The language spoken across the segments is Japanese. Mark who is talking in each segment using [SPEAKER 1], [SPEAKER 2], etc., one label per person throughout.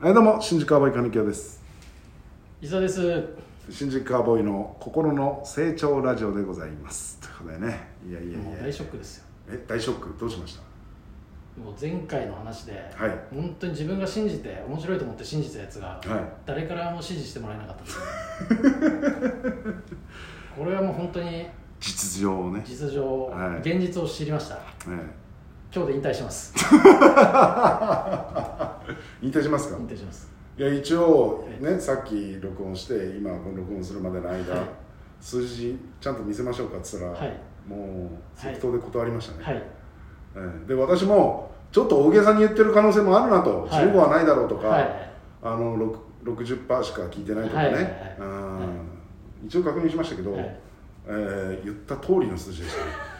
[SPEAKER 1] はい、どうも、新宿カーボーイ金城です。
[SPEAKER 2] 伊沢です
[SPEAKER 1] 新宿カーボーイの心の成長ラジオでございます。ということでね、いやいや
[SPEAKER 2] もう
[SPEAKER 1] いや
[SPEAKER 2] 大、ショックですよ
[SPEAKER 1] え、大ショック、どうしまし
[SPEAKER 2] もう前回の話で、
[SPEAKER 1] はい
[SPEAKER 2] 本当に自分が信じて面白いと思って信じたやつが、
[SPEAKER 1] た。はい、
[SPEAKER 2] 誰からも支持してもらえなかったん ですよこれはもう本当に
[SPEAKER 1] 実情をね、
[SPEAKER 2] 実情、
[SPEAKER 1] はい
[SPEAKER 2] 現実を知りました
[SPEAKER 1] え
[SPEAKER 2] 今日で引退します
[SPEAKER 1] え引退しますか。
[SPEAKER 2] 引退します
[SPEAKER 1] いや、一応、ね、さっき録音して、今この録音するまでの間。
[SPEAKER 2] はい
[SPEAKER 1] 数字、ちゃんと見せましょうかっつったら、
[SPEAKER 2] はい
[SPEAKER 1] もう即答で断りましたね。
[SPEAKER 2] はい
[SPEAKER 1] ええで、私も、ちょっと大げさに言ってる可能性もあるなと、
[SPEAKER 2] はい
[SPEAKER 1] 15はないだろうとか。
[SPEAKER 2] はい
[SPEAKER 1] あのろく60%しか聞いてないとかね、
[SPEAKER 2] はいはいはい
[SPEAKER 1] うん
[SPEAKER 2] は
[SPEAKER 1] 一応確認しましたけど、
[SPEAKER 2] はい
[SPEAKER 1] えー言った通りの数字でし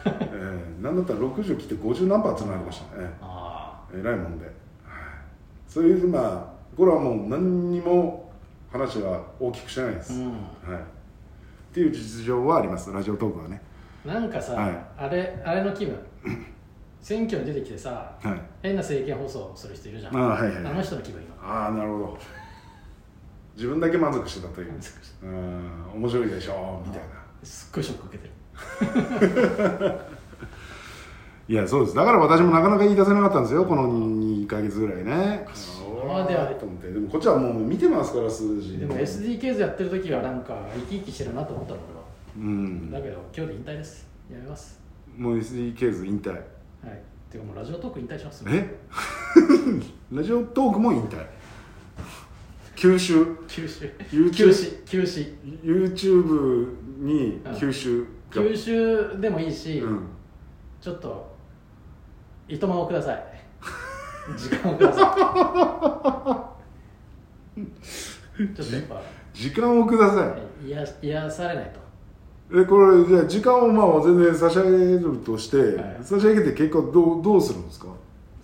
[SPEAKER 1] た、 ねえーなんだったら60切って50何パーつながりましたね
[SPEAKER 2] あ
[SPEAKER 1] えらいもんではいそういうまあこれはもう何にも話は大きくしてないで
[SPEAKER 2] あう
[SPEAKER 1] す、
[SPEAKER 2] ん
[SPEAKER 1] はい、っていう実情はありますラジオトークはね
[SPEAKER 2] なんかさ、
[SPEAKER 1] はい
[SPEAKER 2] あれあれの気分選挙に出てきてさ
[SPEAKER 1] はい
[SPEAKER 2] 変な政見放送する人いるじゃん
[SPEAKER 1] ああはいはい
[SPEAKER 2] あの人の気分今
[SPEAKER 1] ああなるほど自分だけ満足してたという
[SPEAKER 2] 満足し
[SPEAKER 1] うん面白いでしょみたいな
[SPEAKER 2] すっごいショック受けてる
[SPEAKER 1] いやそうですだから私もなかなか言い出せなかったんですよこの2ヶ月ぐらいね
[SPEAKER 2] までは
[SPEAKER 1] と思ってでもこっちはもう見てますから数字
[SPEAKER 2] でも SDKs やってる時はなんか生き生きしてるなと思ったの俺
[SPEAKER 1] うん
[SPEAKER 2] はだけど今日で引退ですやめます
[SPEAKER 1] もう SDK ズ引退
[SPEAKER 2] はいていうかもうラジオトーク引退します
[SPEAKER 1] え ラジオトークも引退吸収
[SPEAKER 2] 休止
[SPEAKER 1] YouTube
[SPEAKER 2] 休止休止
[SPEAKER 1] YouTube に吸収が、
[SPEAKER 2] 休止でもいいし、
[SPEAKER 1] うん、
[SPEAKER 2] ちょっといとまをください時間をく ださいちょっとやっぱ
[SPEAKER 1] 時間をくださ
[SPEAKER 2] 癒や癒されないと
[SPEAKER 1] いでこれじゃあ時間をまあ全然差し上げるとして、
[SPEAKER 2] はい
[SPEAKER 1] 差し上げて結果どうどうするんですか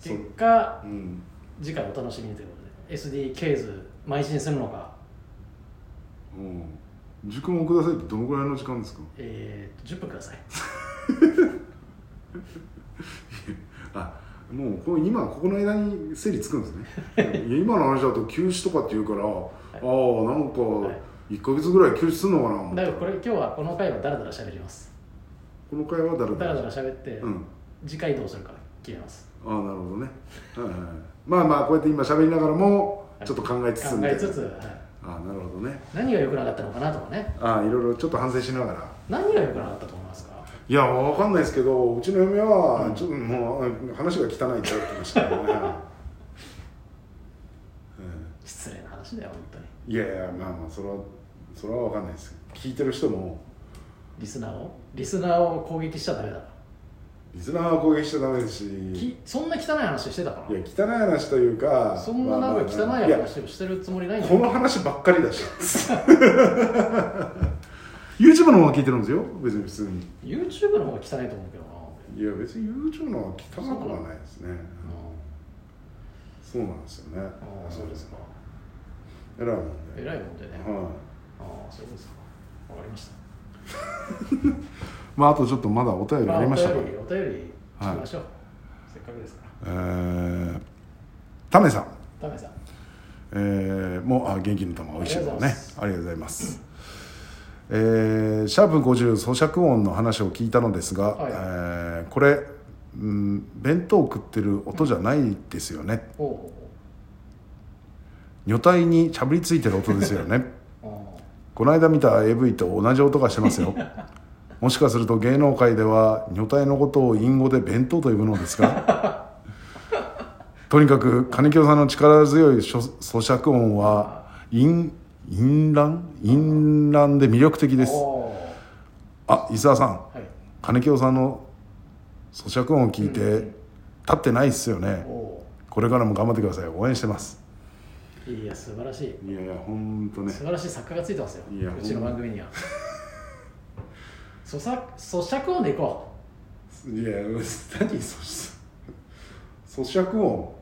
[SPEAKER 2] 結果
[SPEAKER 1] そううん
[SPEAKER 2] 次回お楽しみにということで SDKs 邁進するのか
[SPEAKER 1] うん時間をくださいってどのぐらいの時間ですか
[SPEAKER 2] えー、と10分ください
[SPEAKER 1] あもうこの今ここの間に整理つくんです ねいや今の話だと休止とかって言うから、ああなんか
[SPEAKER 2] い
[SPEAKER 1] 1か月ぐらい休止するのかな思って、
[SPEAKER 2] だからこれ今日はこの回はダラダラ喋ります
[SPEAKER 1] この会話だらだ
[SPEAKER 2] ダ
[SPEAKER 1] ら
[SPEAKER 2] ラダラ喋って、
[SPEAKER 1] うん
[SPEAKER 2] 次回どうするか決めます
[SPEAKER 1] ああなるほどね、はいはい、まあまあこうやって今喋りながらも
[SPEAKER 2] はい
[SPEAKER 1] ちょっと考えつつ
[SPEAKER 2] 考
[SPEAKER 1] みたい
[SPEAKER 2] え
[SPEAKER 1] な
[SPEAKER 2] つつ、はい
[SPEAKER 1] ああなるほどね
[SPEAKER 2] 何が良くなかったのかなとかね
[SPEAKER 1] ああいろいろちょっと反省しながら
[SPEAKER 2] 何が良くなかったと思いますか
[SPEAKER 1] いやわかんないですけどうちの嫁は
[SPEAKER 2] うん
[SPEAKER 1] ちょっともう話が汚いって言ってましたよね、 うん
[SPEAKER 2] 失礼な話だよ本当に
[SPEAKER 1] いやいやまあまあそれはそれは分かんないです聞いてる人も
[SPEAKER 2] リスナーをリスナーを攻撃しちゃダメだな
[SPEAKER 1] リスナーは攻撃しちゃダメですしい
[SPEAKER 2] きそんな汚い話してたか
[SPEAKER 1] や汚い話というから
[SPEAKER 2] そんな
[SPEAKER 1] まあ
[SPEAKER 2] な
[SPEAKER 1] まあ
[SPEAKER 2] んか汚い
[SPEAKER 1] いや
[SPEAKER 2] 話をしてるつもりないんだ
[SPEAKER 1] この話ばっかりだし YouTube の方は聞いてるんですよ別に普通に
[SPEAKER 2] YouTube の方が汚いと思うけどない
[SPEAKER 1] や別に YouTube の方は汚くはないですねそうなんですよね
[SPEAKER 2] ああそうですか
[SPEAKER 1] 偉いもんね
[SPEAKER 2] 偉いもんでね、
[SPEAKER 1] はい
[SPEAKER 2] ああそうですかわかりました
[SPEAKER 1] まああとちょっとまだお便り
[SPEAKER 2] まあ
[SPEAKER 1] ありましたか
[SPEAKER 2] お便りお便り聞きましょう、せっかくですから
[SPEAKER 1] えータメさん
[SPEAKER 2] タメさん
[SPEAKER 1] えーもうあ元気の玉美味しいものねありがとうございます、えーシャープ50咀嚼音の話を聞いたのですが、
[SPEAKER 2] はい
[SPEAKER 1] えーこれ、うん、弁当を食ってる音じゃないですよね
[SPEAKER 2] おう
[SPEAKER 1] 女体にしゃぶりついてる音ですよね
[SPEAKER 2] おうおう
[SPEAKER 1] この間見た AV と同じ音がしてます よもしかすると芸能界では女体のことを隠語で弁当と呼ぶのですが とにかく金清さんの力強い咀咀嚼音は陰陰乱陰乱で魅力的です
[SPEAKER 2] おう
[SPEAKER 1] あ伊沢さん
[SPEAKER 2] はい
[SPEAKER 1] 金清さんの咀嚼音を聞いて
[SPEAKER 2] うん
[SPEAKER 1] 立ってないっすよね
[SPEAKER 2] おお
[SPEAKER 1] これからも頑張ってください応援してます
[SPEAKER 2] ういや素晴らしい
[SPEAKER 1] いやいや本当
[SPEAKER 2] 素晴らしい作家がついてますよ
[SPEAKER 1] いや
[SPEAKER 2] うちの番組には 咀嚼咀嚼音でいこ
[SPEAKER 1] いや何咀嚼音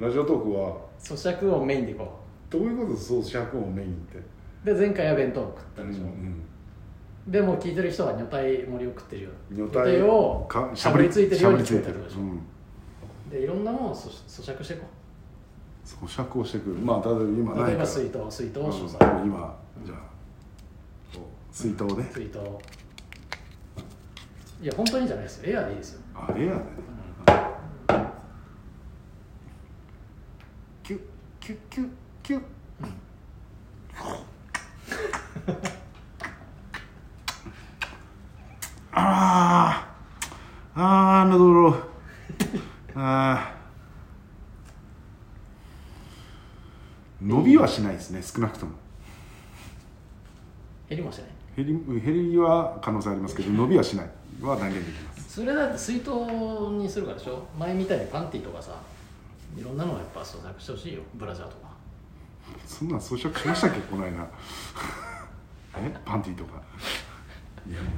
[SPEAKER 1] ラジオトークは
[SPEAKER 2] う咀嚼音メインでいこ
[SPEAKER 1] どういうことです咀嚼音メインって
[SPEAKER 2] うで前回は弁当を食ったでしょ、
[SPEAKER 1] うん
[SPEAKER 2] でも聞いてる人は女体盛りを食ってるよ
[SPEAKER 1] 女
[SPEAKER 2] 女
[SPEAKER 1] 体
[SPEAKER 2] 体を
[SPEAKER 1] か
[SPEAKER 2] しゃぶりついてるように
[SPEAKER 1] しゃぶりついて
[SPEAKER 2] 聞こえたってことでしょ
[SPEAKER 1] うん
[SPEAKER 2] でいろんなものを咀咀嚼していこ
[SPEAKER 1] 咀嚼をしてくるまあただ今な
[SPEAKER 2] 例え
[SPEAKER 1] いから
[SPEAKER 2] ば水筒水筒
[SPEAKER 1] う
[SPEAKER 2] を
[SPEAKER 1] ん
[SPEAKER 2] 主催
[SPEAKER 1] 今じゃあこう水筒ね
[SPEAKER 2] 水筒いや本当にじゃないですよエアでいいですよ
[SPEAKER 1] あれやねキュッキュッキュッキュッあーあー喉ろあー伸びはしないですね少なくとも
[SPEAKER 2] 減りもしない
[SPEAKER 1] 減り減りは可能性ありますけど伸びはしないは断言できます
[SPEAKER 2] それだって水筒にするからでしょ前みたいにパンティとかさいろんなのをやっぱ咀嚼してほしいよブラジャーとか
[SPEAKER 1] そんなん装飾しましたっけこの間 えパンティーとかいやもう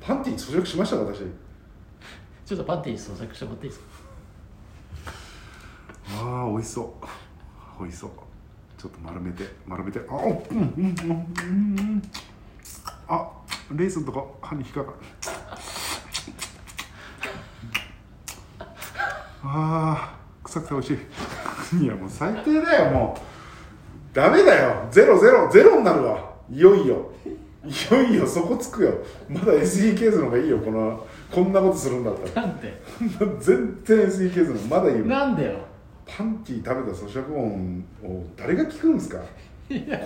[SPEAKER 1] パンティー装飾しました私
[SPEAKER 2] ちょっとパンティ咀嚼してもらっていいですか
[SPEAKER 1] ああ美味しそう美味しそうちょっと丸めて丸めてあおうんうんうんうんあレーズンとか歯に引っかかるあー臭くて美味しいいやもう最低だよもうダメだよゼロゼロゼロになるわいよいよいよいよそこつくよまだ SE ケースの方がいいよこのこんなことするんだったら
[SPEAKER 2] なんで
[SPEAKER 1] 全然 SE ケースの方がまだいいよ
[SPEAKER 2] なんでよ
[SPEAKER 1] パンティ食べた咀嚼音を誰が聞くんですか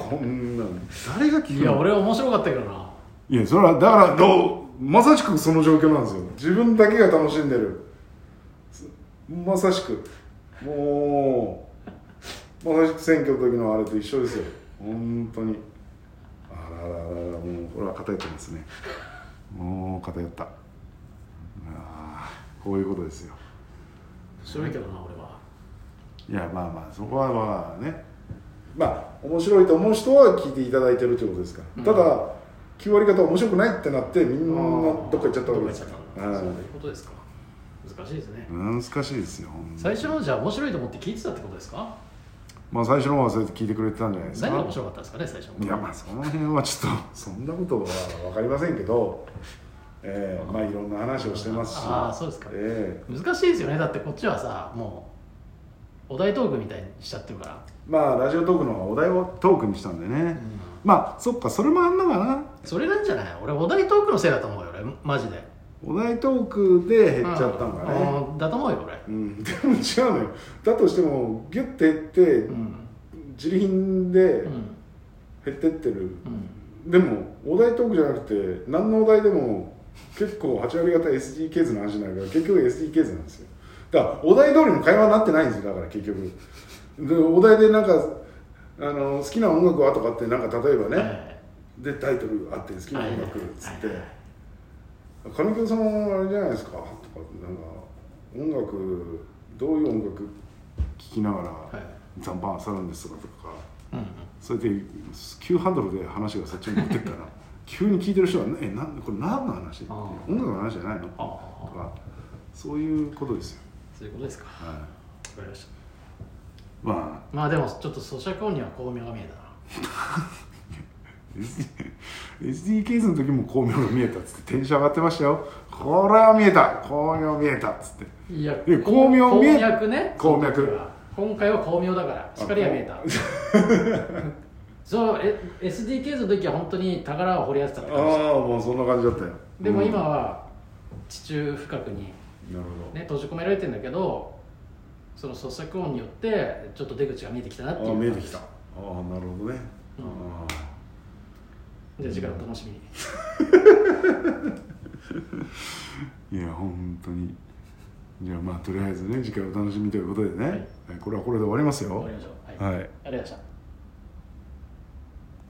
[SPEAKER 1] こんなん誰が聞くの
[SPEAKER 2] いや俺面白かったけどない
[SPEAKER 1] やそれはだからどうまさしくその状況なんですよ自分だけが楽しんでるすまさしくもうまさしく選挙の時のあれと一緒ですよ本当にあららららもうこれは偏ってますねもう偏ったあーこういうことですよ
[SPEAKER 2] 白いけどな俺はい
[SPEAKER 1] やまあまあそこはまあねまあ面白いと思う人は聞いていただいてるということですから、
[SPEAKER 2] うん
[SPEAKER 1] ただ9割方面白くないってなってみんな
[SPEAKER 2] あー
[SPEAKER 1] どっか行っちゃったわけです
[SPEAKER 2] どっ
[SPEAKER 1] か
[SPEAKER 2] か行
[SPEAKER 1] ら
[SPEAKER 2] っちゃったんだ
[SPEAKER 1] は
[SPEAKER 2] そう
[SPEAKER 1] い
[SPEAKER 2] いうことですか難しいですね
[SPEAKER 1] 難しいですよ
[SPEAKER 2] 最初のじゃあ面白いと思って聞いてたってことですか
[SPEAKER 1] まあ最初の方はそうやって聞いてくれてたんじゃないですか
[SPEAKER 2] 何が面白かったんですかね最初の
[SPEAKER 1] いやまあその辺はちょっとそんなことは分かりませんけど、えーまあいろんな話をしてますし
[SPEAKER 2] ああそうですか
[SPEAKER 1] え
[SPEAKER 2] 難しいですよねだってこっちはさもうお題トークみたいにしちゃってるから、
[SPEAKER 1] ーまあラジオトークの方はお題をトークにしたんでね、まあそっかそれもあんのかな
[SPEAKER 2] それなんじゃない俺お題トークのせいだと思うよ俺マジで
[SPEAKER 1] お題トークで減っちゃったんかね、
[SPEAKER 2] うんだと思うよ俺
[SPEAKER 1] うん、でも違うのよだとしてもギュッて減って
[SPEAKER 2] うん
[SPEAKER 1] 自利品で
[SPEAKER 2] うん
[SPEAKER 1] 減ってってる、
[SPEAKER 2] うん
[SPEAKER 1] でもお題トークじゃなくて何のお題でも結構8割方 SDKs の話になるから結局 SDKs なんですよだからお題通りの会話になってないんですよだから結局でお題でなんかあの好きな音楽はとかってなんか例えばね、
[SPEAKER 2] はい
[SPEAKER 1] でタイトルあって好きな音楽っつって
[SPEAKER 2] はいはい
[SPEAKER 1] 「神木さんはあれじゃないですか」とかなんか音楽どういう音楽聴きながら残飯あさるんですとかとか
[SPEAKER 2] うん
[SPEAKER 1] それで急ハンドルで話がそっちに持ってっ たら急に聞いてる人は「えなんこれ何の話?」って
[SPEAKER 2] あー
[SPEAKER 1] 音楽の話じゃないの?」
[SPEAKER 2] あ
[SPEAKER 1] と
[SPEAKER 2] あ
[SPEAKER 1] かそういうことですよ、
[SPEAKER 2] そういうことですかわ
[SPEAKER 1] は
[SPEAKER 2] かりました
[SPEAKER 1] い、ま あ
[SPEAKER 2] まあでもちょっと咀嚼音には巧妙が見えたな
[SPEAKER 1] SD SDKs の時も巧妙が見えたっつってテンション上がってましたよこれは見えた巧妙見えたっつって
[SPEAKER 2] いや
[SPEAKER 1] や巧妙見え
[SPEAKER 2] 鉱脈ね
[SPEAKER 1] 鉱脈
[SPEAKER 2] その時は今回は巧妙だから光が見えた そうえ SDKs の時は本当に宝を掘り当てたって
[SPEAKER 1] ああ
[SPEAKER 2] 感じ
[SPEAKER 1] もうそんな感じだったよ
[SPEAKER 2] でも今
[SPEAKER 1] うん
[SPEAKER 2] は地中深くに、
[SPEAKER 1] なるほど
[SPEAKER 2] ね、閉じ込められてんだけどその咀嚼音によってちょっと出口が見えてきたなってい
[SPEAKER 1] あ
[SPEAKER 2] う
[SPEAKER 1] あ見えてきたああなるほどね、
[SPEAKER 2] うん
[SPEAKER 1] ああ
[SPEAKER 2] じゃあ次回お楽しみに
[SPEAKER 1] いや本当にじゃあまあとりあえずね次回お楽しみということでね、
[SPEAKER 2] はい
[SPEAKER 1] はいこれはこれで終わりますよ
[SPEAKER 2] 終わりましょう、はい、
[SPEAKER 1] はい
[SPEAKER 2] ありがとうございました